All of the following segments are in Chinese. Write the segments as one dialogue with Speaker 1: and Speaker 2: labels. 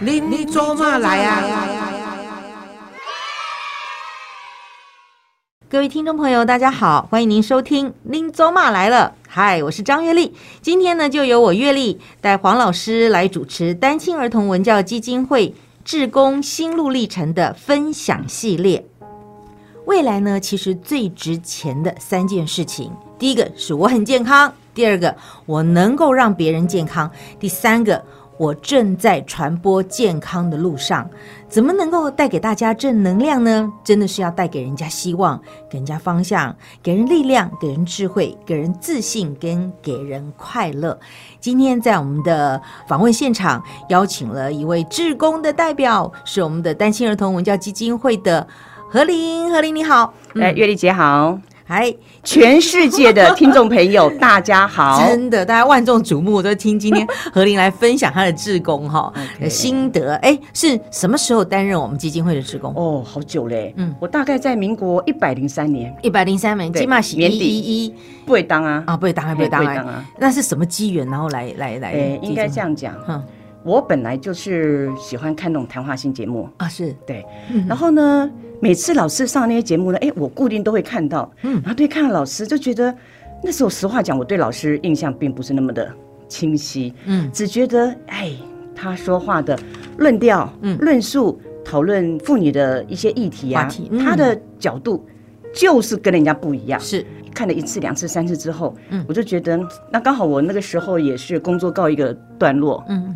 Speaker 1: 您您做嘛来啊？
Speaker 2: 各位听众朋友，大家好，欢迎您收听《拎走马来了》。嗨，我是张月丽，今天呢就由我月丽带黄老师来主持单亲儿童文教基金会志工心路历程的分享系列。未来呢，其实最值钱的三件事情，第一个是我很健康，第二个我能够让别人健康，第三个我正在传播健康的路上。怎么能够带给大家正能量呢？真的是要带给人家希望，给人家方向，给人力量，给人智慧，给人自信，跟给人快乐。今天在我们的访问现场，邀请了一位志工的代表，是我们的单亲儿童文教基金会的何琳。何琳你好，
Speaker 3: 哎，月丽姐好，
Speaker 2: 哎，
Speaker 3: 全世界的听众朋 友大家好。
Speaker 2: 真的，大家万众瞩目，都听今天何琳来分享她的志工 哈
Speaker 3: OK
Speaker 2: 呃心得。哎，是什么时候担任我们基金会的志工？
Speaker 3: 哦，好久嘞，
Speaker 2: 嗯
Speaker 3: 嗯，我大概在民国一百零三年，
Speaker 2: 一百零三名，
Speaker 3: 对
Speaker 2: 起码是一
Speaker 3: 年底
Speaker 2: 一一
Speaker 3: 不会当啊，
Speaker 2: 啊，不会当然，不会当
Speaker 3: 嘿
Speaker 2: 然。
Speaker 3: 啊，
Speaker 2: 那是什么机缘，然后来来来？
Speaker 3: 哎，应该
Speaker 2: 基金
Speaker 3: 这
Speaker 2: 会。
Speaker 3: 样讲，
Speaker 2: 嗯
Speaker 3: 我本来就是喜欢看那种谈话性节目，
Speaker 2: 啊，是
Speaker 3: 对，
Speaker 2: 嗯
Speaker 3: 然后呢，每次老师上那些节目呢，哎，我固定都会看到，
Speaker 2: 嗯
Speaker 3: 嗯，然后对看到老师就觉得，那时候实话讲，我对老师印象并不是那么的清晰，
Speaker 2: 嗯
Speaker 3: 只觉得哎，他说话的论调、
Speaker 2: 嗯
Speaker 3: 论述、讨论妇女的一些议题啊，
Speaker 2: 话题嗯
Speaker 3: 他的角度就是跟人家不一样。
Speaker 2: 是
Speaker 3: 看了一次、两次、三次之后，
Speaker 2: 嗯
Speaker 3: 我就觉得那刚好我那个时候也是工作告一个段落，
Speaker 2: 嗯，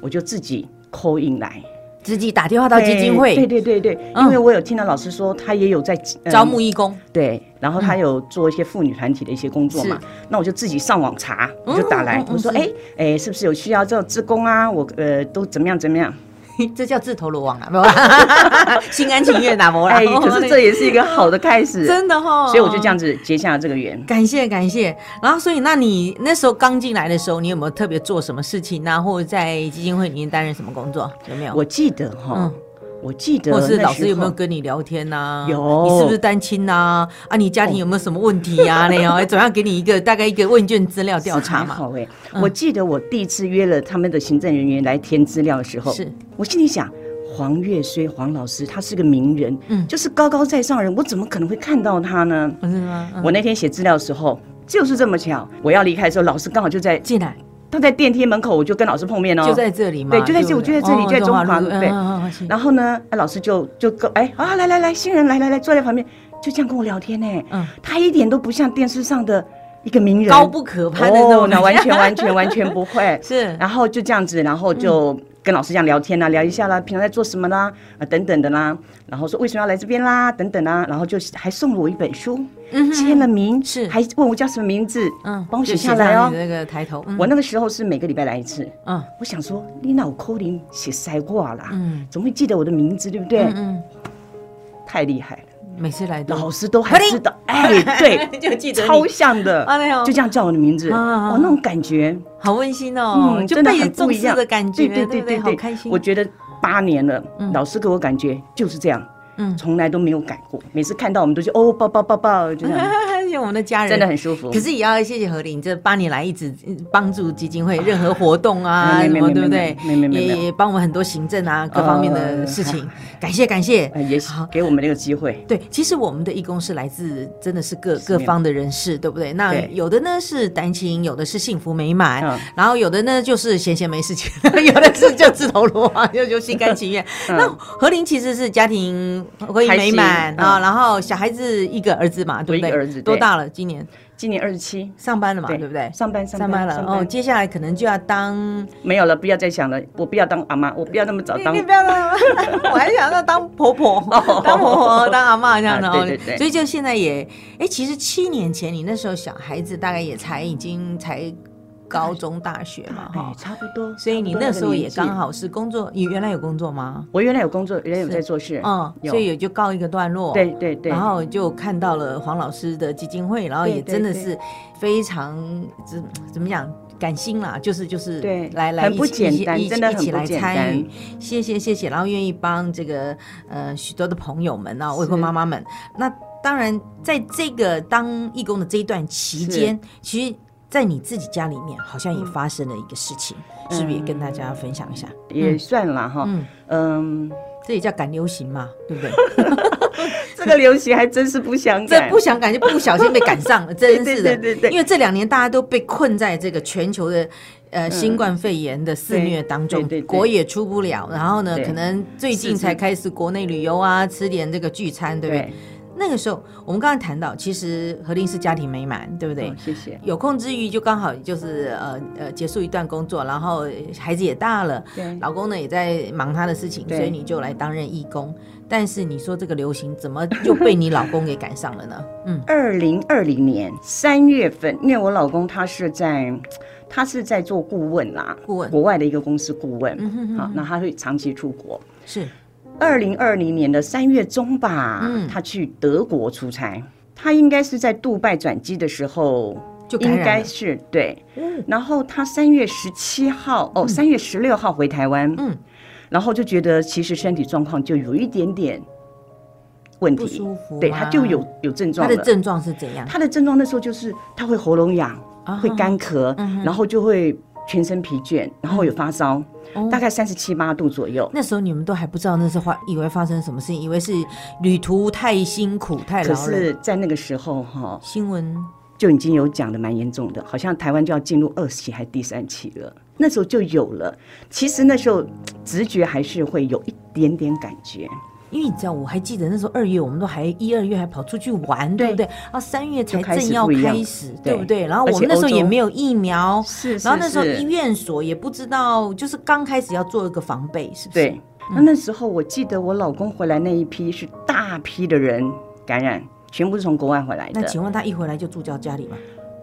Speaker 3: 我就自己扣印来
Speaker 2: 自己打电话到基金
Speaker 3: 对
Speaker 2: 会
Speaker 3: 对对对，
Speaker 2: 嗯
Speaker 3: 因为我有听到老师说他也有在、呃
Speaker 2: 招募义工，
Speaker 3: 对，然后他有做一些妇女团体的一些工作嘛
Speaker 2: 是，
Speaker 3: 那我就自己上网查，我就打来，
Speaker 2: 嗯嗯嗯嗯
Speaker 3: 我说
Speaker 2: 是
Speaker 3: 哎哎、是不是有需要这种志工啊？我呃都怎么样怎么样？
Speaker 2: 这叫自投罗网啊，没有啦， 心甘情愿打不啦？
Speaker 3: 哎，可是这也是一个好的开始，
Speaker 2: 真的哦哈，
Speaker 3: 所以我就这样子结下了这个缘。
Speaker 2: 感谢感谢，然后所以那你那时候刚进来的时候，你有没有特别做什么事情呢、或者在基金会里面担任什么工作？有没有？
Speaker 3: 我记得哈
Speaker 2: 嗯，
Speaker 3: 我记得
Speaker 2: 或者是
Speaker 3: 那
Speaker 2: 老师
Speaker 3: 时
Speaker 2: 有没有
Speaker 3: 候
Speaker 2: 跟你聊天呐、
Speaker 3: 有
Speaker 2: 你是不是单亲呐、啊？你家庭有没有什么问题 呀、那样、哎总要给你一个大概一个问卷资料调查
Speaker 3: 是还
Speaker 2: 嘛。嗯
Speaker 3: 好哎、我记得我第一次约了他们的行政人员来填资料的时候，
Speaker 2: 是
Speaker 3: 我心里想。黄月虽黄老师，他是个名人，
Speaker 2: 嗯
Speaker 3: 就是高高在上的人，我怎么可能会看到他呢？
Speaker 2: 不是吗？嗯
Speaker 3: 我那天写资料的时候，就是这么巧，我要离开的时候，老师刚好就在
Speaker 2: 进来
Speaker 3: 他在电梯门口，我就跟老师碰面哦。
Speaker 2: 就在这里嘛，
Speaker 3: 对就在这
Speaker 2: 不
Speaker 3: 我就在这里
Speaker 2: 哦
Speaker 3: 就在中华
Speaker 2: 路
Speaker 3: 路对
Speaker 2: 嗯嗯嗯是
Speaker 3: 然后呢，啊老师就就跟哎啊来来来，新人来来来，坐在旁边，就这样跟我聊天呢、
Speaker 2: 嗯
Speaker 3: 他一点都不像电视上的一个名人，
Speaker 2: 高不可攀的那
Speaker 3: 哦
Speaker 2: 种，
Speaker 3: 那
Speaker 2: 感
Speaker 3: 完
Speaker 2: 觉，。
Speaker 3: 全完全完全不 会
Speaker 2: 是
Speaker 3: 然后就这样子，然后就跟老师这样聊天啊啦、聊一下啦，平常在做什么啦，啊等等的啦，然后说为什么要来这边啦，等等啦，然后就还送了我一本书，
Speaker 2: 嗯哼
Speaker 3: 签了名，
Speaker 2: 是
Speaker 3: 还问我叫什么名字，
Speaker 2: 嗯，
Speaker 3: 帮我写
Speaker 2: 就
Speaker 3: 下来
Speaker 2: 上
Speaker 3: 哦
Speaker 2: 你。那个抬头，嗯
Speaker 3: 我那个时候是每个礼拜来一次，
Speaker 2: 嗯
Speaker 3: 我想说你脑扣零写塞挂啦，
Speaker 2: 嗯
Speaker 3: 怎么会记得我的名字，对不对？
Speaker 2: 嗯嗯，
Speaker 3: 太厉害了，
Speaker 2: 每次来都
Speaker 3: 老师都还知道，哎，对，
Speaker 2: 就 记得你
Speaker 3: 超像的
Speaker 2: 哎呦，
Speaker 3: 就这样叫我的名字，
Speaker 2: 啊啊啊
Speaker 3: 哦，那种感觉，
Speaker 2: 好温馨哦，
Speaker 3: 嗯
Speaker 2: 就
Speaker 3: 真的
Speaker 2: 被
Speaker 3: 很
Speaker 2: 重
Speaker 3: 不一
Speaker 2: 视
Speaker 3: 样
Speaker 2: 的感觉，
Speaker 3: 对
Speaker 2: 对
Speaker 3: 对对
Speaker 2: 不
Speaker 3: 对
Speaker 2: 好
Speaker 3: 对，
Speaker 2: 开心。哦
Speaker 3: 我觉得八年了
Speaker 2: 嗯，
Speaker 3: 老师给我感觉就是这样，
Speaker 2: 嗯，
Speaker 3: 从来都没有改过，每次看到我们都是哦抱抱抱抱，就这 样，
Speaker 2: 像我们的家人
Speaker 3: 真的很舒服。
Speaker 2: 可是也要谢谢何琳，这八年来一直嗯帮助基金会任何活动啊，
Speaker 3: 没
Speaker 2: 什
Speaker 3: 没
Speaker 2: 么
Speaker 3: 没
Speaker 2: 对不
Speaker 3: 没
Speaker 2: 对？
Speaker 3: 没没没没
Speaker 2: 也
Speaker 3: 没呃
Speaker 2: 也帮我们很多行政啊各方面的事情，感谢感谢
Speaker 3: 哎。也
Speaker 2: 好
Speaker 3: 给我们这个机会，
Speaker 2: 对，其实我们的义工是来自真的是各
Speaker 3: 是
Speaker 2: 各方的人士，对不对？那
Speaker 3: 对
Speaker 2: 有的呢是单亲，有的是幸福美满，
Speaker 3: 嗯
Speaker 2: 然后有的呢就是闲闲没事情， 有的是就自投罗网，就就心甘情愿。那何琳其实是家庭婚姻
Speaker 3: 嗯开
Speaker 2: 美
Speaker 3: 心
Speaker 2: 满啊，
Speaker 3: 嗯
Speaker 2: 然后小孩子一个儿子嘛，对不
Speaker 3: 我
Speaker 2: 对？
Speaker 3: 一个儿子
Speaker 2: 多
Speaker 3: 对
Speaker 2: 大了？今年
Speaker 3: 今年二十七，
Speaker 2: 上班了嘛，对不对？
Speaker 3: 上班上
Speaker 2: 上班了
Speaker 3: 上
Speaker 2: 哦，接下来可能就要当，
Speaker 3: 没有了，不要再想了，我不要当阿妈，我不要那么早啊当哦
Speaker 2: 你。不要当， 我还想要当婆 婆，当婆婆，当阿妈这样的、哦
Speaker 3: 啊对对对
Speaker 2: 所以就现在也，哎，其实七年前你那时候小孩子大概也才已经才高中大学嘛哈、
Speaker 3: 哎，差不多。
Speaker 2: 所以你
Speaker 3: 差不多
Speaker 2: 那时候
Speaker 3: 个
Speaker 2: 也
Speaker 3: 年纪
Speaker 2: 刚，好是工作，你原来有工作吗？
Speaker 3: 我原来有工作，原来有
Speaker 2: 是
Speaker 3: 在做事，
Speaker 2: 嗯，
Speaker 3: 哎有
Speaker 2: 所以也就告一个段落。
Speaker 3: 对对对，
Speaker 2: 然后就看到了黄老师的基金会，然后
Speaker 3: 对
Speaker 2: 也
Speaker 3: 对
Speaker 2: 真的
Speaker 3: 对
Speaker 2: 是非常怎怎么讲感心啦，就是就是
Speaker 3: 对
Speaker 2: 来来
Speaker 3: 很
Speaker 2: 一
Speaker 3: 不
Speaker 2: 起一起
Speaker 3: 简单
Speaker 2: 一起
Speaker 3: 真的
Speaker 2: 一
Speaker 3: 很
Speaker 2: 起
Speaker 3: 不
Speaker 2: 来
Speaker 3: 简
Speaker 2: 参与
Speaker 3: 单，
Speaker 2: 谢谢谢谢，然后愿意帮这个呃许多的朋友们啊，未婚
Speaker 3: 是
Speaker 2: 妈妈们，那当然在这个当义工的这一段期间，其实。在你自己家里面好像也发生了一个事情，
Speaker 3: 嗯
Speaker 2: 是不是也跟大家分享一下？
Speaker 3: 也算了哈。
Speaker 2: 嗯
Speaker 3: 嗯，
Speaker 2: 这也叫赶流行嘛，对不 对？
Speaker 3: 这个流行还真是不想
Speaker 2: 这
Speaker 3: 改，
Speaker 2: 不想赶就不小心被赶上 了，真是的。
Speaker 3: 对对对对
Speaker 2: 因为这两年大家都被困在这个全球的呃新冠肺炎的肆虐当中，
Speaker 3: 嗯对对对对
Speaker 2: 国也出不了，然后呢，
Speaker 3: 对
Speaker 2: 可能最近
Speaker 3: 是是
Speaker 2: 才开始国内旅游啊，吃点这个聚餐，对不对？
Speaker 3: 对，
Speaker 2: 那个时候我们刚才谈到，其实何林是家庭美满，对不对？
Speaker 3: 嗯谢谢。
Speaker 2: 有空之余就刚好就是呃呃结束一段工作，然后孩子也大了，
Speaker 3: 对
Speaker 2: 老公呢也在忙他的事情，所
Speaker 3: 对
Speaker 2: 以你就来担任义工。但是你说这个流行怎么就被你老公给赶上了 呢？嗯，
Speaker 3: 二零二零年三月份，因为我老公他是在，他是在做顾问啦，
Speaker 2: 顾问
Speaker 3: 国外的一个公司顾问，
Speaker 2: 嗯哼哼
Speaker 3: 好，那他会长期出国。
Speaker 2: 是
Speaker 3: 二零二零年的三月中吧，
Speaker 2: 嗯
Speaker 3: 他去德国出差，他应该是在杜拜转机的时候，
Speaker 2: 就感
Speaker 3: 应
Speaker 2: 染
Speaker 3: 该
Speaker 2: 了。嗯
Speaker 3: 是对。然后他三月十七号，哦，三月十六号回台湾，
Speaker 2: 嗯，
Speaker 3: 然后就觉得其实身体状况就有一点点问题，
Speaker 2: 不舒服
Speaker 3: 对，
Speaker 2: 吗
Speaker 3: 他就有有症
Speaker 2: 他
Speaker 3: 状
Speaker 2: 的
Speaker 3: 了。
Speaker 2: 症状是怎样？
Speaker 3: 他的症状那时候就是他会喉咙痒，
Speaker 2: 啊
Speaker 3: 会干咳，然后就会全身疲倦，然后有发烧，
Speaker 2: 哦
Speaker 3: 大概三十七八度左右。
Speaker 2: 那时候你们都还不知道那是发，以为发生什么事情，以为是旅途太辛苦太
Speaker 3: 可
Speaker 2: 劳累。
Speaker 3: 是，在那个时候哈，
Speaker 2: 新闻
Speaker 3: 就已经有讲的蛮严重的，好像台湾就要进入二期还第三期了。那时候就有了，其实那时候直觉还是会有一点点感觉，
Speaker 2: 因为你知道，我还记得那时候二月，我们都还一二月还跑出去玩，对
Speaker 3: 对
Speaker 2: 不对？啊，三月才
Speaker 3: 就开始
Speaker 2: 正要
Speaker 3: 不一样
Speaker 2: 开始，
Speaker 3: 对
Speaker 2: 对不对？然后我
Speaker 3: 而
Speaker 2: 们
Speaker 3: 且
Speaker 2: 那时候
Speaker 3: 欧洲
Speaker 2: 也没有疫苗，
Speaker 3: 是是
Speaker 2: 然后那时候
Speaker 3: 是
Speaker 2: 医院所也不知道，就是刚开始要做一个防备，是不是？
Speaker 3: 对，，那那时候我记得我老公回来那一批是大批的人感染，全部是从国外回来
Speaker 2: 那
Speaker 3: 的。
Speaker 2: 请问他一回来就嗯住到家里吗？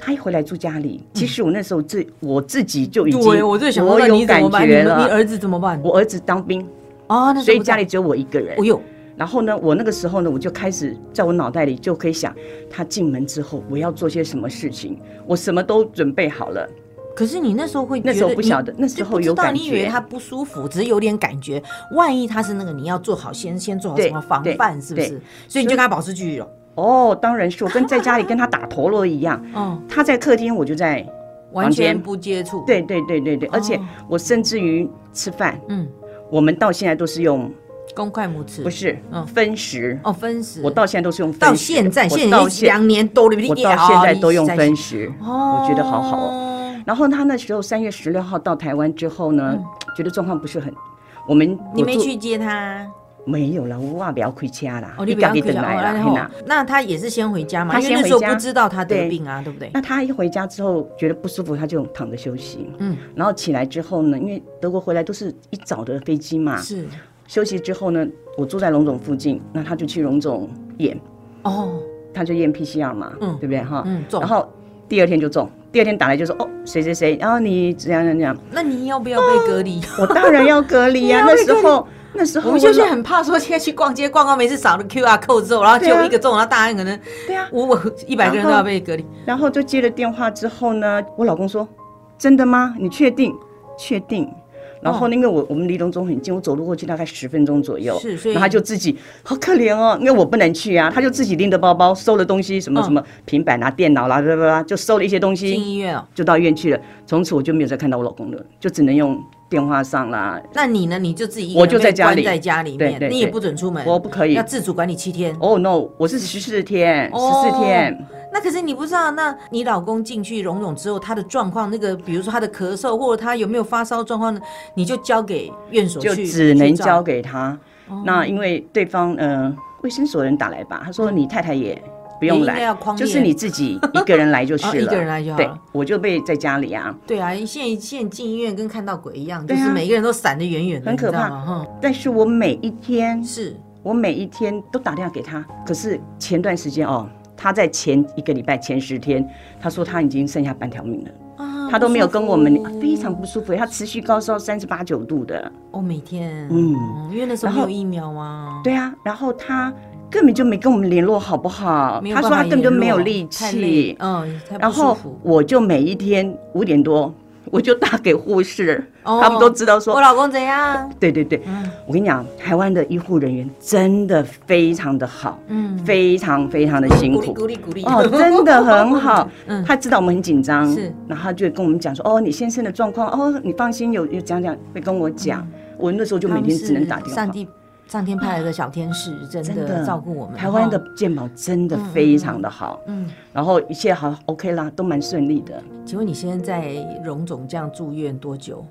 Speaker 3: 他一回来住家里，其实我那时候自我自己就已经，
Speaker 2: 对，我就想问
Speaker 3: 有
Speaker 2: 你怎
Speaker 3: 感
Speaker 2: 么办？你
Speaker 3: 觉
Speaker 2: 们你
Speaker 3: 了。
Speaker 2: 儿子怎么办？
Speaker 3: 我儿子当兵，
Speaker 2: 哦，那时候
Speaker 3: 所以
Speaker 2: 不知
Speaker 3: 家
Speaker 2: 道哦
Speaker 3: 里，只有我一个人
Speaker 2: 我。有
Speaker 3: 然后呢，我那个时候呢，我就开始在我脑袋里就可以想，他进门之后我要做些什么事情，我什么都准备好了。
Speaker 2: 可是你那时候会觉得
Speaker 3: 那时候不
Speaker 2: 你
Speaker 3: 晓得那时
Speaker 2: 就
Speaker 3: 候
Speaker 2: 不知
Speaker 3: 有
Speaker 2: 道
Speaker 3: 感
Speaker 2: 你以为
Speaker 3: 觉
Speaker 2: 他不舒服，只是有点感觉。万一他是那个，你要做好先先做好
Speaker 3: 对
Speaker 2: 什么防
Speaker 3: 对
Speaker 2: 范，是不
Speaker 3: 对
Speaker 2: 是？所以你就跟他保持距离了。
Speaker 3: 哦，当然是我跟在家里跟他打陀螺一样，
Speaker 2: 嗯，
Speaker 3: 他在客厅，我就在。
Speaker 2: 完
Speaker 3: 房
Speaker 2: 全
Speaker 3: 间
Speaker 2: 不接触。，
Speaker 3: 对对对对对，而且
Speaker 2: 哦
Speaker 3: 我甚至于吃饭，
Speaker 2: 嗯，
Speaker 3: 我们到现在都是用
Speaker 2: 公筷母匙
Speaker 3: 不是
Speaker 2: 嗯
Speaker 3: 分食，
Speaker 2: 哦，分食。
Speaker 3: 我到现在都是用分食。
Speaker 2: 到现在，
Speaker 3: 我
Speaker 2: 现在已
Speaker 3: 到
Speaker 2: 经
Speaker 3: 现
Speaker 2: 两年多了，
Speaker 3: 我
Speaker 2: 哦你
Speaker 3: 到现在都用分。食，
Speaker 2: 哦，
Speaker 3: 我觉得好好哦。
Speaker 2: 哦。
Speaker 3: 然后他那时候三月十六号到台湾之后呢，觉得状况不是很，我们
Speaker 2: 嗯你
Speaker 3: 我
Speaker 2: 没
Speaker 3: 住
Speaker 2: 去接他，
Speaker 3: 没有啦，我外表亏家啦，
Speaker 2: 哦，你不
Speaker 3: 家
Speaker 2: 要
Speaker 3: 己
Speaker 2: 去
Speaker 3: 回
Speaker 2: 哦
Speaker 3: 来啦，
Speaker 2: 然
Speaker 3: 嘿
Speaker 2: 后
Speaker 3: 啦。
Speaker 2: 那他也是先回家嘛，
Speaker 3: 他
Speaker 2: 因为
Speaker 3: 先
Speaker 2: 那
Speaker 3: 回
Speaker 2: 时候
Speaker 3: 家
Speaker 2: 不知道他得
Speaker 3: 对
Speaker 2: 病啊，对不对？
Speaker 3: 那他一回家之后觉得不舒服，他就躺着休息。
Speaker 2: 嗯，
Speaker 3: 然后起来之后呢，因为德国回来都是一早的飞机嘛，
Speaker 2: 是
Speaker 3: 休息之后呢，我住在龙总附近，那他就去龙总验，
Speaker 2: 哦，
Speaker 3: 他就验 PCR 嘛，
Speaker 2: 嗯
Speaker 3: 对不对哈？
Speaker 2: 嗯中
Speaker 3: 然后第二天就中，第二天打来就说哦谁谁谁，然后你怎样怎 样怎样，
Speaker 2: 那你要不要被隔离？
Speaker 3: 我当然要隔离呀、
Speaker 2: 你要
Speaker 3: 那
Speaker 2: 被
Speaker 3: 时
Speaker 2: 隔离
Speaker 3: 候那时候
Speaker 2: 我们就是
Speaker 3: 老
Speaker 2: 很怕说，现在去逛街逛到每次扫了 QR code 之后，然后
Speaker 3: 对
Speaker 2: 就
Speaker 3: 啊
Speaker 2: 一个中，然后大家可能
Speaker 3: 对啊，
Speaker 2: 五我一百个人都
Speaker 3: 然后
Speaker 2: 要被隔离。
Speaker 3: 然后就接了电话之后呢，我老公说：“真的吗？你确定？确
Speaker 2: 哦
Speaker 3: 定。”然后呢因为我我们离龙总很近，我走路过去大概十分钟左右。
Speaker 2: 是所以
Speaker 3: 然后他就自己好可怜哦，因为我不能去啊，他就自己拎着包包，收了东西，什么
Speaker 2: 嗯
Speaker 3: 什么平板啊、电脑啦、啦啦啦，就收了一些东
Speaker 2: 进
Speaker 3: 西，
Speaker 2: 医院哦，
Speaker 3: 就到医院去了。从此我就没有再看到我老公了，就只能用电话上啦。
Speaker 2: 那你呢？你就自己一个
Speaker 3: 我
Speaker 2: 人
Speaker 3: 就
Speaker 2: 被
Speaker 3: 在家
Speaker 2: 关
Speaker 3: 里
Speaker 2: 在家里
Speaker 3: 对
Speaker 2: 面，
Speaker 3: 对
Speaker 2: 你也
Speaker 3: 对
Speaker 2: 不准出门，
Speaker 3: 哦我不可以
Speaker 2: 要。自主管理七天。
Speaker 3: 哦、no，我是十四天，十
Speaker 2: 哦
Speaker 3: 四天，
Speaker 2: 那可是你不知道，那你老公进去荣总之后，他的状况，那个比如说他的咳嗽或者他有没有发烧状况呢，你就交给院所去，
Speaker 3: 就只能
Speaker 2: 去哦照
Speaker 3: 交。给他。那因为对方呃卫生所的人打来吧，他说你太太也不
Speaker 2: 也
Speaker 3: 用
Speaker 2: 应该要
Speaker 3: 来
Speaker 2: 框，列
Speaker 3: 就是你自己一个人 来就是
Speaker 2: 哦
Speaker 3: 了，
Speaker 2: 一个人来就好了
Speaker 3: 对，我就被在家里啊，
Speaker 2: 对啊，现在现在进医院跟看到鬼一样，就
Speaker 3: 对啊
Speaker 2: 是每个人都闪得远远的，
Speaker 3: 很可
Speaker 2: 你知道
Speaker 3: 怕
Speaker 2: 吗哈，
Speaker 3: 但是我每一天
Speaker 2: 是
Speaker 3: 我每一天都打电话给他，可是前段时间哦。他在前一个礼拜、前十天，他说他已经剩下半条命了，
Speaker 2: 啊，
Speaker 3: 他都没有跟我们
Speaker 2: 不舒服
Speaker 3: 非常不舒服，他持续高烧三十八九度的，
Speaker 2: 哦，每天，
Speaker 3: 嗯
Speaker 2: 嗯，因为那时候
Speaker 3: 然
Speaker 2: 没
Speaker 3: 后
Speaker 2: 有疫苗嘛，
Speaker 3: 对啊，然后他根本就没跟我们联络，好不好
Speaker 2: 没？有
Speaker 3: 他
Speaker 2: 办法
Speaker 3: 说他根本就没有
Speaker 2: 联络
Speaker 3: 力
Speaker 2: 太累
Speaker 3: 气，
Speaker 2: 嗯，太
Speaker 3: 然
Speaker 2: 不舒
Speaker 3: 后
Speaker 2: 服，
Speaker 3: 我就每一天五点多，我就打给护士，
Speaker 2: 哦
Speaker 3: 他们都知道说
Speaker 2: 我老嗯公怎样？
Speaker 3: 对对对，我跟你讲，台湾的医护人员真的非常的好，
Speaker 2: 嗯
Speaker 3: 非常非常的辛
Speaker 2: 鼓励
Speaker 3: 苦。
Speaker 2: 鼓励鼓励。
Speaker 3: 哦，真的很好
Speaker 2: 嗯
Speaker 3: 他知道我们很紧张，
Speaker 2: 是
Speaker 3: 然后他就跟我们讲说：“哦，你先生的状况，哦，你放心，有有讲讲会跟我讲。我那时候
Speaker 2: 嗯
Speaker 3: 就
Speaker 2: 他
Speaker 3: 每
Speaker 2: 们
Speaker 3: 天只能
Speaker 2: 是
Speaker 3: 打电话嗯
Speaker 2: 上。帝上天派来的小天使，真
Speaker 3: 真
Speaker 2: 的照顾我们。
Speaker 3: 台湾的
Speaker 2: 哦，
Speaker 3: 健保真的非常的好，
Speaker 2: 嗯，
Speaker 3: 然后一切好 OK 啦，都蛮顺利的。
Speaker 2: 请问你现在在荣总这样住院多久？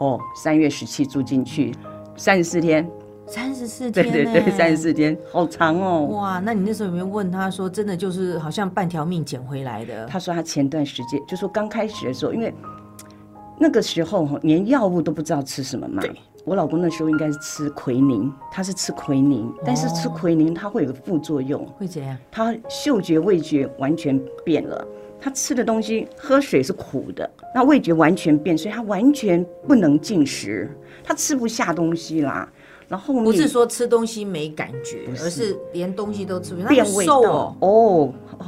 Speaker 3: 哦，三月十七住进去，三十四天，
Speaker 2: 三十四
Speaker 3: 对
Speaker 2: 天、
Speaker 3: 对对，三十。四天，好长哦。
Speaker 2: 哇，那你那时候有没有问他说，真的就是好像半条命捡回来的？
Speaker 3: 他说他前段时间就说刚开始的时候，因为那个时候哈连药物都不知道吃什么嘛。我老公那时候应该是吃奎宁，他是吃奎
Speaker 2: 哦
Speaker 3: 宁，但是吃奎宁它会有个副作用，
Speaker 2: 会怎样？
Speaker 3: 他嗅觉、味觉完全变了。他吃的东西，喝水是苦的，那味觉完全变，所以他完全不能进食，他吃不下东西啦。然后后面
Speaker 2: 不是说吃东西没感觉，
Speaker 3: 是
Speaker 2: 而是连东西都吃不下。
Speaker 3: 变
Speaker 2: 那么
Speaker 3: 味
Speaker 2: 瘦
Speaker 3: 道
Speaker 2: 哦，
Speaker 3: 哦哦，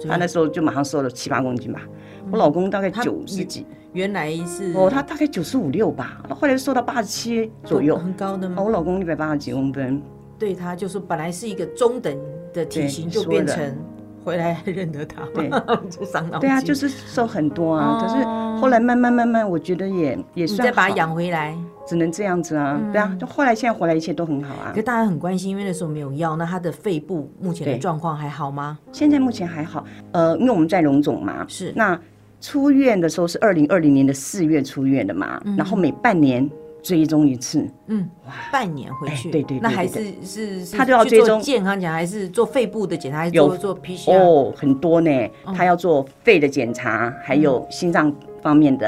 Speaker 2: 怎么
Speaker 3: 他那时候就马上瘦了七八公斤吧。我老公大概
Speaker 2: 嗯他
Speaker 3: 九十几，
Speaker 2: 原来是
Speaker 3: 哦，他大概九十五六吧，后来瘦到八十七左右。
Speaker 2: 很高的
Speaker 3: 哦，
Speaker 2: 吗？
Speaker 3: 我老公一百八十几公分，
Speaker 2: 对他就是本来是一个中等的体
Speaker 3: 对
Speaker 2: 型，
Speaker 3: 你
Speaker 2: 就
Speaker 3: 说
Speaker 2: 变
Speaker 3: 的
Speaker 2: 成回来还认得他，
Speaker 3: 对，
Speaker 2: 就伤脑筋。
Speaker 3: 对啊，就是瘦很多啊。可是
Speaker 2: 哦
Speaker 3: 后来慢慢慢慢，我觉得也也
Speaker 2: 你
Speaker 3: 算
Speaker 2: 再把他
Speaker 3: 好嗯
Speaker 2: 养回来。
Speaker 3: 只能这样子啊，对啊，就后来现在回来一切都很好啊
Speaker 2: 可，大家很关心，因为那时候没有药，那他的肺部目前的
Speaker 3: 对
Speaker 2: 状况还好吗？
Speaker 3: 现在目前还好，呃，因为我们在荣总嘛，
Speaker 2: 是
Speaker 3: 那出院的时候是二零二零年的四月出院的嘛，然后每半年追踪一次，
Speaker 2: 嗯，半年回去，
Speaker 3: 哎对对对
Speaker 2: 那还
Speaker 3: 对
Speaker 2: 是是是
Speaker 3: 他就要
Speaker 2: 去
Speaker 3: 追
Speaker 2: 做
Speaker 3: 踪
Speaker 2: 健康检查，还是做肺部的检查，还是
Speaker 3: 有
Speaker 2: 做做 PCR？
Speaker 3: 哦，很多呢，
Speaker 2: 嗯
Speaker 3: 他要做肺的检查，还有心脏方面的，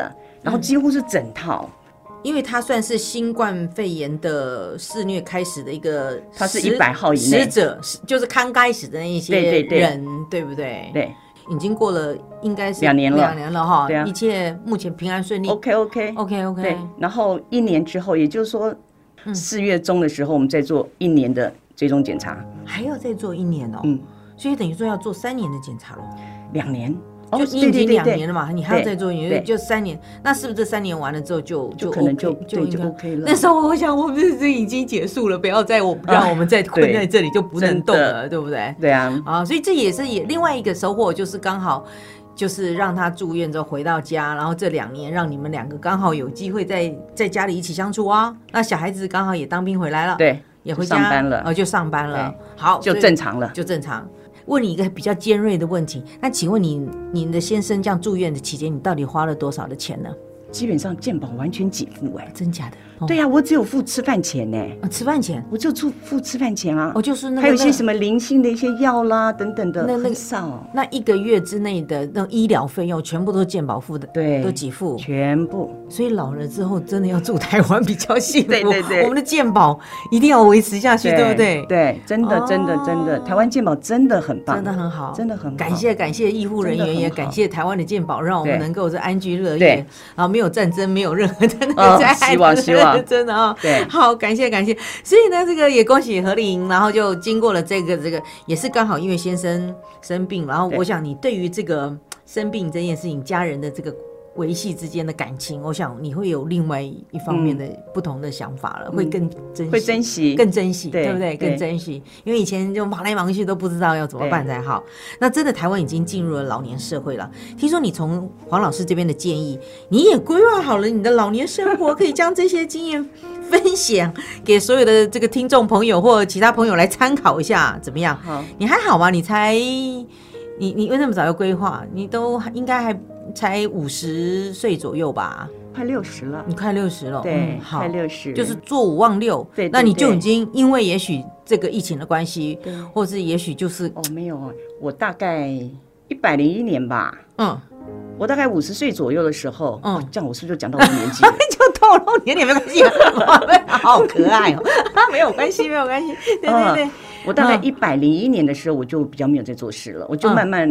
Speaker 2: 嗯
Speaker 3: 然后几乎是整套，
Speaker 2: 因为他算是新冠肺炎的肆虐开始的一个使，
Speaker 3: 它是100号以内
Speaker 2: 使者，是就是刚开始的那一些人，
Speaker 3: 对对对
Speaker 2: 对不对？，
Speaker 3: 对
Speaker 2: 已经过了应该是
Speaker 3: 两年了
Speaker 2: 两年了哈，
Speaker 3: 对啊
Speaker 2: 一切目前平安顺利。
Speaker 3: ，OK OK
Speaker 2: OK OK，
Speaker 3: 对，然后一年之后，也就是说
Speaker 2: 嗯
Speaker 3: 四月中的时候，我们再做一年的追踪检查，
Speaker 2: 还要再做一年哦，
Speaker 3: 嗯，
Speaker 2: 所以等于说要做三年的检查了。
Speaker 3: 两年，
Speaker 2: 就你哦已
Speaker 3: 对
Speaker 2: 经
Speaker 3: 对对
Speaker 2: 两
Speaker 3: 对
Speaker 2: 年了嘛，你还要再做一
Speaker 3: 对
Speaker 2: 年，就三年。那是不是这三年完了之后就
Speaker 3: 就可能就
Speaker 2: OK，
Speaker 3: 对就
Speaker 2: 应该
Speaker 3: OK 了
Speaker 2: 那时候我想，我们这已经结束了，不要再我让我们再困
Speaker 3: 对
Speaker 2: 在这里就不能动
Speaker 3: 真的
Speaker 2: 了，对不对？
Speaker 3: 对啊，
Speaker 2: 啊，所以这也是也另外一个收获，就是刚好就是让他住院之后回到家，然后这两年让你们两个刚好有机会在在家里一起相处啊。那小孩子刚好也当兵回来了，，
Speaker 3: 对，
Speaker 2: 也回
Speaker 3: 就
Speaker 2: 家
Speaker 3: 上班了
Speaker 2: 哦，就上班了。好，
Speaker 3: 就
Speaker 2: 所以
Speaker 3: 正常了。
Speaker 2: 就正常。问你一个比较尖锐的问题，那请问你你的先生这样住院的期间，你到底花了多少的钱呢？
Speaker 3: 基本上健保完全给付哎、
Speaker 2: 真假的？哦
Speaker 3: 对、呀、我只有付吃饭钱呢、
Speaker 2: 啊吃饭钱，
Speaker 3: 我就付付吃饭钱啊。
Speaker 2: 哦，就是那个
Speaker 3: 还有一些什
Speaker 2: 么
Speaker 3: 么零星的一些药啦等等的，
Speaker 2: 那那个
Speaker 3: 很哦少，
Speaker 2: 那一个月之内的那种医疗费用，全部都是健保付的，
Speaker 3: 对
Speaker 2: 都给付。
Speaker 3: 全部
Speaker 2: 所以老了之后，真的要住台湾比 较幸福。
Speaker 3: 对对对
Speaker 2: 我们的健保一定要维持下去，对不对？，
Speaker 3: 对，真的真的真的，台湾健保真的很棒，
Speaker 2: 真的很好，
Speaker 3: 真的很好
Speaker 2: 感谢感谢医护人
Speaker 3: 真的
Speaker 2: 员，
Speaker 3: 很
Speaker 2: 也
Speaker 3: 好
Speaker 2: 感谢台湾的健保，让我们
Speaker 3: 对
Speaker 2: 能够这安居乐业
Speaker 3: 对，
Speaker 2: 然后没有战争，没有任何的那个
Speaker 3: 哦
Speaker 2: 灾害，
Speaker 3: 希望希望
Speaker 2: 真的啊、
Speaker 3: 对
Speaker 2: 好，感谢感谢。所以呢，这个也恭喜何丽莹，然后就经过了这个这个，也是刚好因为先生生病，然后
Speaker 3: 对
Speaker 2: 我想你对于这个生病这件事情，家人的这个。维系之间的感情，我想你会有另外一方面的不同的想法了，会更珍惜，
Speaker 3: 嗯会珍惜，
Speaker 2: 更珍惜，
Speaker 3: 对
Speaker 2: 对不对？
Speaker 3: 对
Speaker 2: 更珍惜，因为以前就忙来忙去都不知道要怎么办才
Speaker 3: 嗯
Speaker 2: 好。那真的台湾已经进入了老年社会了。听说你从黄老师这边的建议，你也规划好了你的老年生活，可以将这些经验分享给所有的这个听众朋友或其他朋友来参考一下，怎么样？
Speaker 3: 好。
Speaker 2: 你还好吗？你才你你为那么早就规划？你都应该还才五十岁左右吧？
Speaker 3: 快六十了，
Speaker 2: 你快六十了，
Speaker 3: 对
Speaker 2: 嗯，好，
Speaker 3: 快六十，
Speaker 2: 就是做五忘六，
Speaker 3: 对对
Speaker 2: 那你就
Speaker 3: 对
Speaker 2: 已经因为也许这个疫情的关系，
Speaker 3: 对
Speaker 2: 或是也许就是
Speaker 3: 哦，没有，我大概一百零一年吧，
Speaker 2: 嗯，
Speaker 3: 我大概五十岁左右的时候，
Speaker 2: 嗯
Speaker 3: 哦，这样我是不是就讲到我的年纪了？
Speaker 2: 就透露年龄没关系，好可爱哦，没有关系，没有关系，对对对
Speaker 3: 嗯，我大概
Speaker 2: 嗯
Speaker 3: 一百零一年的时候，我就比较没有在做事了，我就慢慢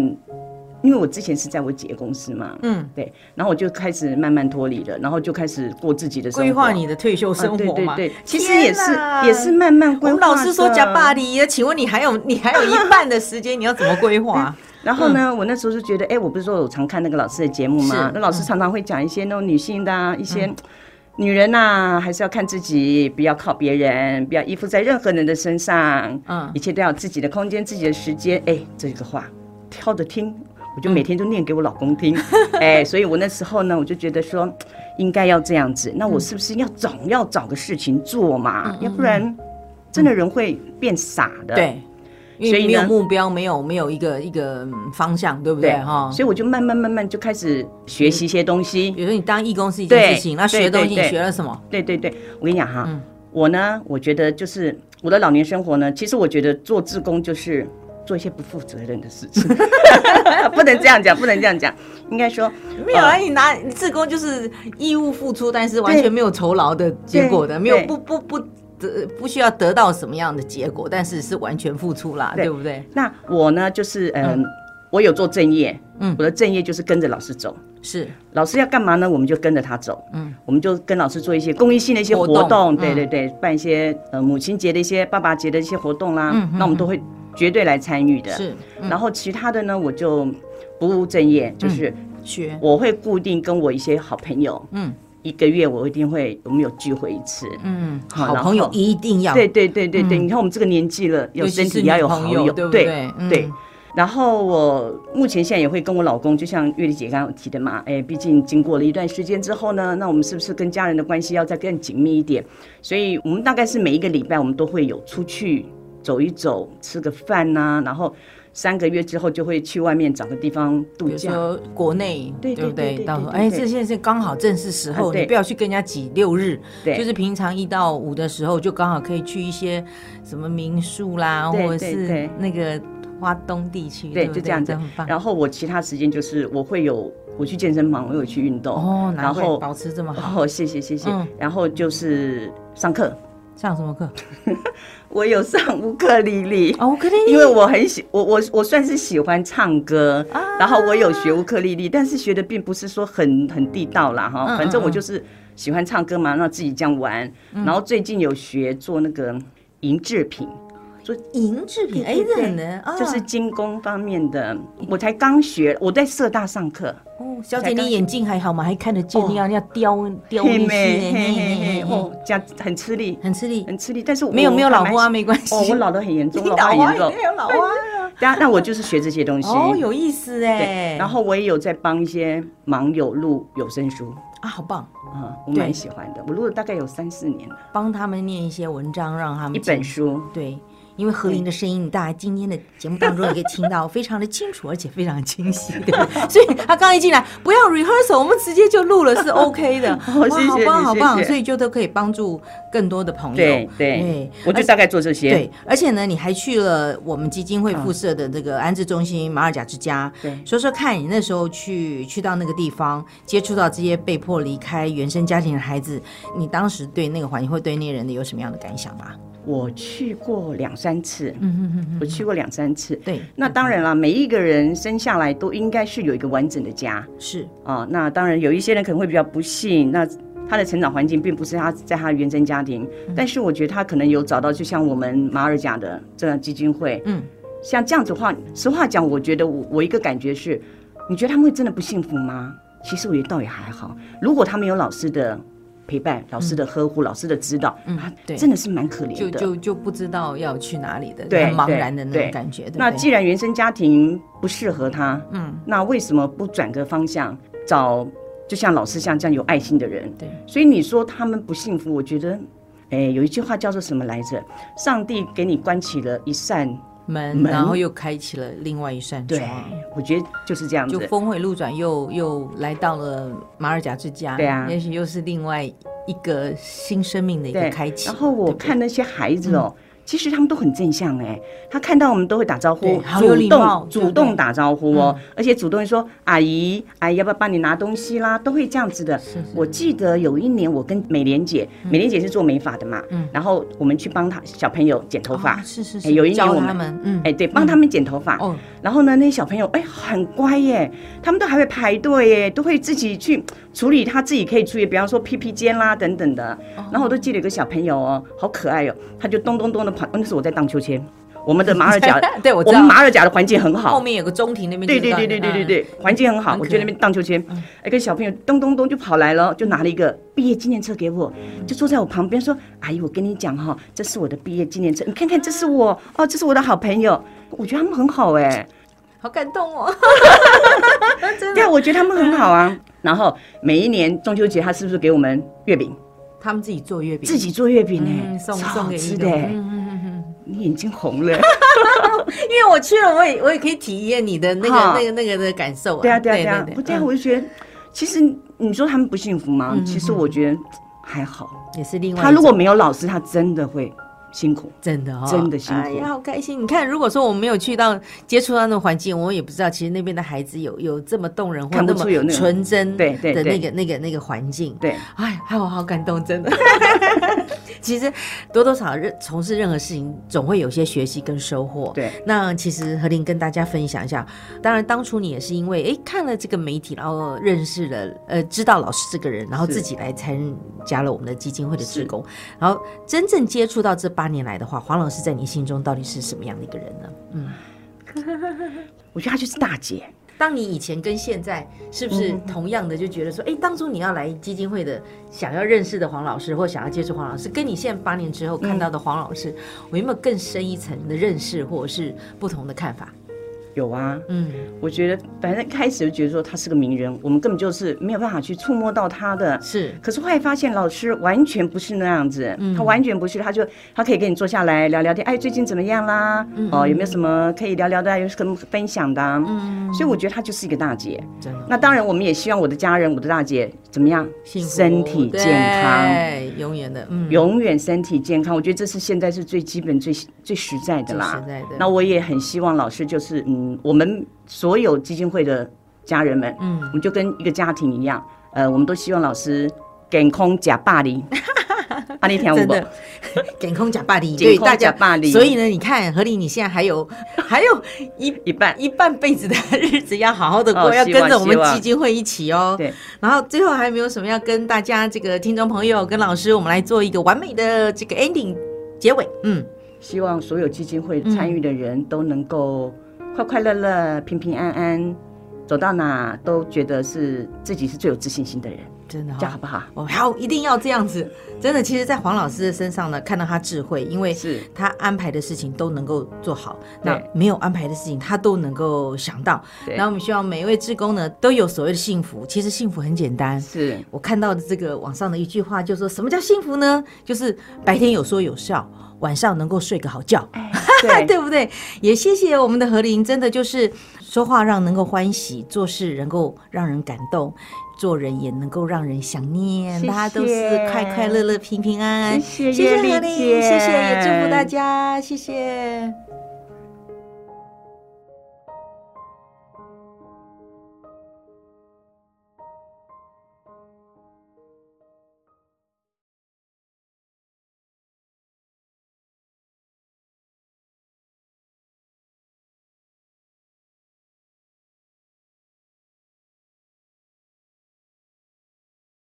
Speaker 3: 因为我之前是在我姐公司嘛，
Speaker 2: 嗯，
Speaker 3: 对，然后我就开始慢慢脱离了，然后就开始过自己的生活，
Speaker 2: 规划你的退休生活嘛。
Speaker 3: 啊、对对对，其实也
Speaker 2: 天
Speaker 3: 是
Speaker 2: 哪
Speaker 3: 也是慢慢
Speaker 2: 我
Speaker 3: 规划
Speaker 2: 们
Speaker 3: 的。
Speaker 2: 老师说假巴黎，请问你还有你还有一半的时间，你要怎么规划？
Speaker 3: 然后呢，我那时候就觉得，哎，我不是说我常看那个老师的节目
Speaker 2: 是嗯
Speaker 3: 吗？那老师常常会讲一些那种女性的、啊、一些。女人呐、还是要看自己，不要靠别人，不要依附在任何人的身上。
Speaker 2: 嗯
Speaker 3: 一切都要有自己的空间、自己的时间。哎，这个话挑着听，我就每天都念给我老公 听。哎，所以我那时候呢，我就觉得说，应该要这样子。那
Speaker 2: 嗯
Speaker 3: 我是不是要总要找个事情做嘛？要不然，真的人会变傻的。
Speaker 2: 对，因
Speaker 3: 所以
Speaker 2: 为
Speaker 3: 呢
Speaker 2: 没有目标，没有没有一个一个嗯方向，对不对？哈，嗯
Speaker 3: 所以我就慢慢慢慢就开始学习一些东西。
Speaker 2: 比如说你当义工是一件事情，
Speaker 3: 对
Speaker 2: 那学东西
Speaker 3: 对
Speaker 2: 你
Speaker 3: 对
Speaker 2: 学了什么？
Speaker 3: 对对对，我跟你讲哈，
Speaker 2: 嗯
Speaker 3: 我呢，我觉得就是我的老年生活呢，其实我觉得做志工就是做一些不负责任的事 情， 不能这样讲，不能这样讲，应该说
Speaker 2: 没有啊，
Speaker 3: 呃
Speaker 2: 你拿自工就是义务付出，但是完全
Speaker 3: 对
Speaker 2: 没有酬劳的结果的，
Speaker 3: 对
Speaker 2: 没有
Speaker 3: 对
Speaker 2: 不不不得不需要得到什么样的结果，但是是完全付出啦，
Speaker 3: 对
Speaker 2: 对不对？
Speaker 3: 那我呢，就是嗯、我有做正业，嗯，我的正业就是跟着老师走。
Speaker 2: 是，
Speaker 3: 老师要干嘛呢？我们就跟着他走，嗯，我们就跟老师做一些公益性的一些活动，
Speaker 2: 活动
Speaker 3: 对
Speaker 2: 嗯
Speaker 3: 对对，办一些呃母亲节的一些、爸爸节的一些活动啦，那我们都会绝对来参与的。
Speaker 2: 嗯是，嗯
Speaker 3: 然后其他的呢，我就不务正业，就是
Speaker 2: 学
Speaker 3: 我会固定跟我一些好朋友，
Speaker 2: 嗯
Speaker 3: 嗯，一个月我一定会我们有聚会一次，
Speaker 2: 嗯，
Speaker 3: 好
Speaker 2: 好
Speaker 3: 然
Speaker 2: 朋友
Speaker 3: 后
Speaker 2: 一定要
Speaker 3: 对对对对对，你看我们这个年纪了，
Speaker 2: 嗯
Speaker 3: 有
Speaker 2: 尤其
Speaker 3: 身
Speaker 2: 是
Speaker 3: 体要有
Speaker 2: 女
Speaker 3: 好
Speaker 2: 朋友
Speaker 3: 友，
Speaker 2: 对不对
Speaker 3: 对
Speaker 2: 嗯
Speaker 3: 对然后我目前现在也会跟我老公，就像月丽姐刚刚有提的嘛，哎，毕竟经过了一段时间之后呢，那我们是不是跟家人的关系要再更紧密一点？所以我们大概是每一个礼拜我们都会有出去走一走，吃个饭呐、然后三个月之后就会去外面找个地方度
Speaker 2: 比如
Speaker 3: 假。
Speaker 2: 说国内，
Speaker 3: 对
Speaker 2: 不
Speaker 3: 对对对
Speaker 2: 对？
Speaker 3: 对
Speaker 2: 到时候，
Speaker 3: 对
Speaker 2: 哎，
Speaker 3: 对
Speaker 2: 这现在是刚好正是时候，
Speaker 3: 啊
Speaker 2: 你
Speaker 3: 对
Speaker 2: 不要去跟人家挤六日，
Speaker 3: 对
Speaker 2: 就是平常一到五的时候，就刚好可以去一些什么民宿啦，
Speaker 3: 对
Speaker 2: 或者
Speaker 3: 对
Speaker 2: 是
Speaker 3: 对
Speaker 2: 那个花东地区，
Speaker 3: 对，
Speaker 2: 不
Speaker 3: 就这样子
Speaker 2: 很棒。。
Speaker 3: 然后我其他时间就是我会有我去健身房，我有去运动
Speaker 2: 哦，难
Speaker 3: 然
Speaker 2: 怪
Speaker 3: 后
Speaker 2: 保持这么好。
Speaker 3: 哦，谢谢谢谢。
Speaker 2: 嗯
Speaker 3: 然后就是上课，
Speaker 2: 上什么课？
Speaker 3: 我有上乌克丽丽。
Speaker 2: 哦，乌克丽丽，
Speaker 3: 因为我很喜我我我算是喜欢唱歌，然后我有学乌克丽丽，但是学的并不是说很很地道啦哈，
Speaker 2: 嗯
Speaker 3: 反正我
Speaker 2: 嗯
Speaker 3: 就是喜欢唱歌嘛，让自己这样玩。然后最近有学做那个银制品，
Speaker 2: 银制品，哎，这很能啊，
Speaker 3: 就是精工方面的，我才刚学，我在社大上课。
Speaker 2: 哦小姐，你眼睛还好吗？还看得见？你要要雕雕
Speaker 3: 哦嘿
Speaker 2: 那些，
Speaker 3: 妹，嘿嘿
Speaker 2: 嘿嘿
Speaker 3: 嘿，哦，这样很吃力，
Speaker 2: 很吃力。
Speaker 3: 很吃力。但是我
Speaker 2: 没有没有老
Speaker 3: 还蛮
Speaker 2: 花没关系，
Speaker 3: 哦，我老得很严 重，
Speaker 2: 你
Speaker 3: 老花很严重
Speaker 2: 也。有老花。
Speaker 3: 对啊，那我就是学这些东西。
Speaker 2: 哦，有意思哎。
Speaker 3: 对，然后我也有在帮一些盲友录有声书
Speaker 2: 啊，好棒，
Speaker 3: 啊，我
Speaker 2: 对
Speaker 3: 蛮喜欢的。我录了大概有三四年了，
Speaker 2: 帮他们念一些文章，让他们
Speaker 3: 一本
Speaker 2: 进
Speaker 3: 书。
Speaker 2: 对。因为何琳的声音，大家今天的节目当中也可以听到，非常的清楚，而且非常清 晰，对不对？所以他刚一进来，不要 rehearsal，我们直接就录了，是 OK 的。哇，
Speaker 3: 哦谢谢
Speaker 2: 好
Speaker 3: 你
Speaker 2: 棒，好棒！
Speaker 3: 谢谢
Speaker 2: 所以就都可以帮助更多的朋友。
Speaker 3: 对对
Speaker 2: 对，哎
Speaker 3: 我就大概做这些。
Speaker 2: 对，而且呢，你还去了我们基金会附设的这个安置中心马尔甲之家，
Speaker 3: 嗯对
Speaker 2: 说说看你那时候去去到那个地方，接触到这些被迫离开原生家庭的孩子，你当时对那个环境或对那些人的有什么样的感想吗？
Speaker 3: 我去过两三次，
Speaker 2: 嗯
Speaker 3: 我去过两三次。
Speaker 2: 对，
Speaker 3: 那当然啦，每一个人生下来都应该是有一个完整的家
Speaker 2: 是
Speaker 3: 啊。那当然，有一些人可能会比较不幸，那他的成长环境并不是他在他原生家庭，
Speaker 2: 嗯
Speaker 3: 但是我觉得他可能有找到，就像我们马尔甲的这样基金会，
Speaker 2: 嗯，
Speaker 3: 像这样子的话，实话讲，我觉得我我一个感觉是，你觉得他们会真的不幸福吗？其实我觉得倒也还好，如果他们有老师的陪伴、老师的呵护、老师的指导，嗯
Speaker 2: 对
Speaker 3: 真的是蛮可怜
Speaker 2: 就
Speaker 3: 的。
Speaker 2: 就就不知道要去哪里的，
Speaker 3: 对
Speaker 2: 很茫
Speaker 3: 对
Speaker 2: 然的那种
Speaker 3: 对
Speaker 2: 感觉，对不
Speaker 3: 那
Speaker 2: 对
Speaker 3: 既然原生家庭不适合他，嗯，那为什么不转个方向，找就像老师像这样有爱心的人？
Speaker 2: 对，
Speaker 3: 所以你说他们不幸福，我觉得，哎，有一句话叫做什么来着？上帝给你关起了一扇，
Speaker 2: 门，
Speaker 3: 门
Speaker 2: 然后又开启了另外一扇窗
Speaker 3: 对。，我觉得就是这样
Speaker 2: 就
Speaker 3: 子。
Speaker 2: 峰回路转又，又来到了马尔甲之家，
Speaker 3: 对啊
Speaker 2: 也许又是另外一个新生命的一个
Speaker 3: 对
Speaker 2: 开启。
Speaker 3: 然后我
Speaker 2: 对不对嗯
Speaker 3: 看那些孩子哦，其实他们都很正向哎、他看到我们都会打招
Speaker 2: 对
Speaker 3: 呼，
Speaker 2: 好有
Speaker 3: 主
Speaker 2: 礼貌
Speaker 3: 动
Speaker 2: 对嗯不
Speaker 3: 主动打招呼哦，而且主动说阿姨阿姨要不要帮你拿东西啦，都会这样子的。我记得有一年我跟美莲姐，
Speaker 2: 嗯
Speaker 3: 美莲姐是做美发的嘛，然后我们去帮她小朋友剪头发
Speaker 2: 哦，是是
Speaker 3: 哎
Speaker 2: 是，
Speaker 3: 有一年
Speaker 2: 教
Speaker 3: 我
Speaker 2: 他
Speaker 3: 们
Speaker 2: 们，嗯，
Speaker 3: 哎，对，帮他们剪头发。
Speaker 2: 哦
Speaker 3: 然后呢，那些小朋友哎很乖耶，他们都还会排队耶，都会自己去处理他自己可以处理，比方说屁屁尖啦等等的。
Speaker 2: 哦，
Speaker 3: 然后我都记得有个小朋友哦，好可爱哦，他就咚咚咚的跑，哦那是我在荡秋千，我们的马尔甲
Speaker 2: 对 我知
Speaker 3: 我
Speaker 2: 道
Speaker 3: 们马尔甲的环境很好
Speaker 2: 后。面有个中庭那边就
Speaker 3: 对
Speaker 2: 是
Speaker 3: 对
Speaker 2: 到
Speaker 3: 对
Speaker 2: 你，
Speaker 3: 对对对
Speaker 2: 嗯，
Speaker 3: 对，环境很好，
Speaker 2: 很
Speaker 3: 我
Speaker 2: 可嗯
Speaker 3: 就那边荡秋千，哎，跟小朋友咚咚咚就跑来了，就拿了一个毕业纪念册给我，就坐在我旁边说：“阿姨，我跟你讲哈，这是我的毕业纪念册，你看看，这是我哦，这是我的好朋友。”我觉得他们很好哎，
Speaker 2: 好感动 哦， 嗯
Speaker 3: 对啊，我觉得他们很好啊。然后每一年中秋节，他是不是给我们月饼？
Speaker 2: 他们自己做月饼，
Speaker 3: 自己做月饼
Speaker 2: 嗯
Speaker 3: 哎，
Speaker 2: 送
Speaker 3: 超
Speaker 2: 送
Speaker 3: 好
Speaker 2: 给
Speaker 3: 吃
Speaker 2: 你
Speaker 3: 的
Speaker 2: 的，
Speaker 3: 哎，
Speaker 2: 嗯嗯嗯嗯，
Speaker 3: 你眼睛 红了。
Speaker 2: 因为我去了，我也我也可以体验你的那
Speaker 3: 哈
Speaker 2: 个那个那个的感受，
Speaker 3: 对啊，对啊，对啊，我对啊，
Speaker 2: 嗯
Speaker 3: 我就觉得，其实你说他们不幸福吗？其实我觉得还好。
Speaker 2: 也是另外一
Speaker 3: 他
Speaker 2: 种，
Speaker 3: 如果没有老师，他真的会辛苦，
Speaker 2: 真的哦，
Speaker 3: 真的辛
Speaker 2: 哎
Speaker 3: 苦
Speaker 2: 呀，好开心！你看，如果说我们没有去到接触到那个环境，我也不知道其实那边的孩子有有这么动人或
Speaker 3: 看不
Speaker 2: 那
Speaker 3: 出有
Speaker 2: 么
Speaker 3: 那种
Speaker 2: 纯真
Speaker 3: 对对
Speaker 2: 的那
Speaker 3: 对
Speaker 2: 个那个那个环境。
Speaker 3: 对。
Speaker 2: 哎，害我好感动，真的。 其实多多少少任从事任何事情，总会有些学习跟收获。
Speaker 3: 对，
Speaker 2: 那其实何琳跟大家分享一下，当然当初你也是因为哎看了这个媒体，然后认识了呃知道老师这个人，然后
Speaker 3: 是
Speaker 2: 自己来参加了我们的基金会的职工，然后真正接触到这八年来的话，黄老师在你心中到底是什么样的一个人呢？
Speaker 3: 我觉得她就是大姐，
Speaker 2: 当你以前跟现在是不是同样的，就觉得说，哎、当初你要来基金会的，想要认识的黄老师或想要接触黄老师，跟你现在八年之后看到的黄老师，我有没有更深一层的认识，或者是不同的看法？
Speaker 3: 有啊，
Speaker 2: 嗯，
Speaker 3: 我觉得反正开始就觉得说她是个名人，我们根本就是没有办法去触摸到她的，
Speaker 2: 是
Speaker 3: 可是后来发现老师完全不是那样子，
Speaker 2: 嗯
Speaker 3: 他完全不是，他就他可以跟你坐下来聊聊天，哎，最近怎么样啦？
Speaker 2: 嗯
Speaker 3: 哦，有没有什么可以聊聊的啊，有什么分享的啊？
Speaker 2: 嗯
Speaker 3: 所以我觉得她就是一个大姐。
Speaker 2: 真的
Speaker 3: 那当然，我们也希望我的家人，我的大姐怎么样，
Speaker 2: 幸福，
Speaker 3: 身体健康。
Speaker 2: 对，永远的，嗯，
Speaker 3: 永远身体健康，我觉得这是现在是最基本、最最实在的啦。
Speaker 2: 最实在的
Speaker 3: 那我也很希望老师就是，嗯，我们所有基金会的家人们，嗯，我们就跟一个家庭一样，呃，我们都希望老师健康假霸 凌，阿啊丽听我
Speaker 2: 真
Speaker 3: 不？
Speaker 2: 的， 健康假霸凌，
Speaker 3: 健
Speaker 2: 对
Speaker 3: 康
Speaker 2: 大家
Speaker 3: 吃霸凌
Speaker 2: 所以呢，你看何丽，你现在还有 还有一
Speaker 3: 一半
Speaker 2: 一半辈子的日子要好好的过，
Speaker 3: 哦
Speaker 2: 要
Speaker 3: 希
Speaker 2: 跟
Speaker 3: 望
Speaker 2: 着我们
Speaker 3: 希望
Speaker 2: 基金会一起哦。
Speaker 3: 对，
Speaker 2: 然后最后还有没有什么要跟大家这个听众朋友跟老师，我们来做一个完美的这个 ending 结尾。嗯，
Speaker 3: 希望所有基金会参与的人都能够快快乐乐、平平安安，走到哪都觉得是自己是最有自信心的人，
Speaker 2: 真的
Speaker 3: 这样好
Speaker 2: 哈、
Speaker 3: 不好？
Speaker 2: 哦，好，一定要这样子。真的，其实，在黄老师的身上呢，看到他智慧，因为
Speaker 3: 是
Speaker 2: 他安排的事情都能够做好，
Speaker 3: 对
Speaker 2: 那没有安排的事情他都能够想到。
Speaker 3: 对
Speaker 2: 然后我们希望每一位志工呢都有所谓的幸福，其实幸福很简单，
Speaker 3: 是
Speaker 2: 我看到的这个网上的一句话，就说什么叫幸福呢？就是白天有说有笑，晚上能够睡个好觉，
Speaker 3: 对
Speaker 2: 对不对？也谢谢我们的何林，真的就是说话让能够欢喜，做事能够让人感动。做人也能够让人想念，
Speaker 3: 谢谢
Speaker 2: 大家都是快快乐乐、平平安安。
Speaker 3: 谢
Speaker 2: 谢
Speaker 3: 谢
Speaker 2: 何
Speaker 3: 叶丽
Speaker 2: 林，
Speaker 3: 姐
Speaker 2: 谢谢，也祝福大家，谢谢。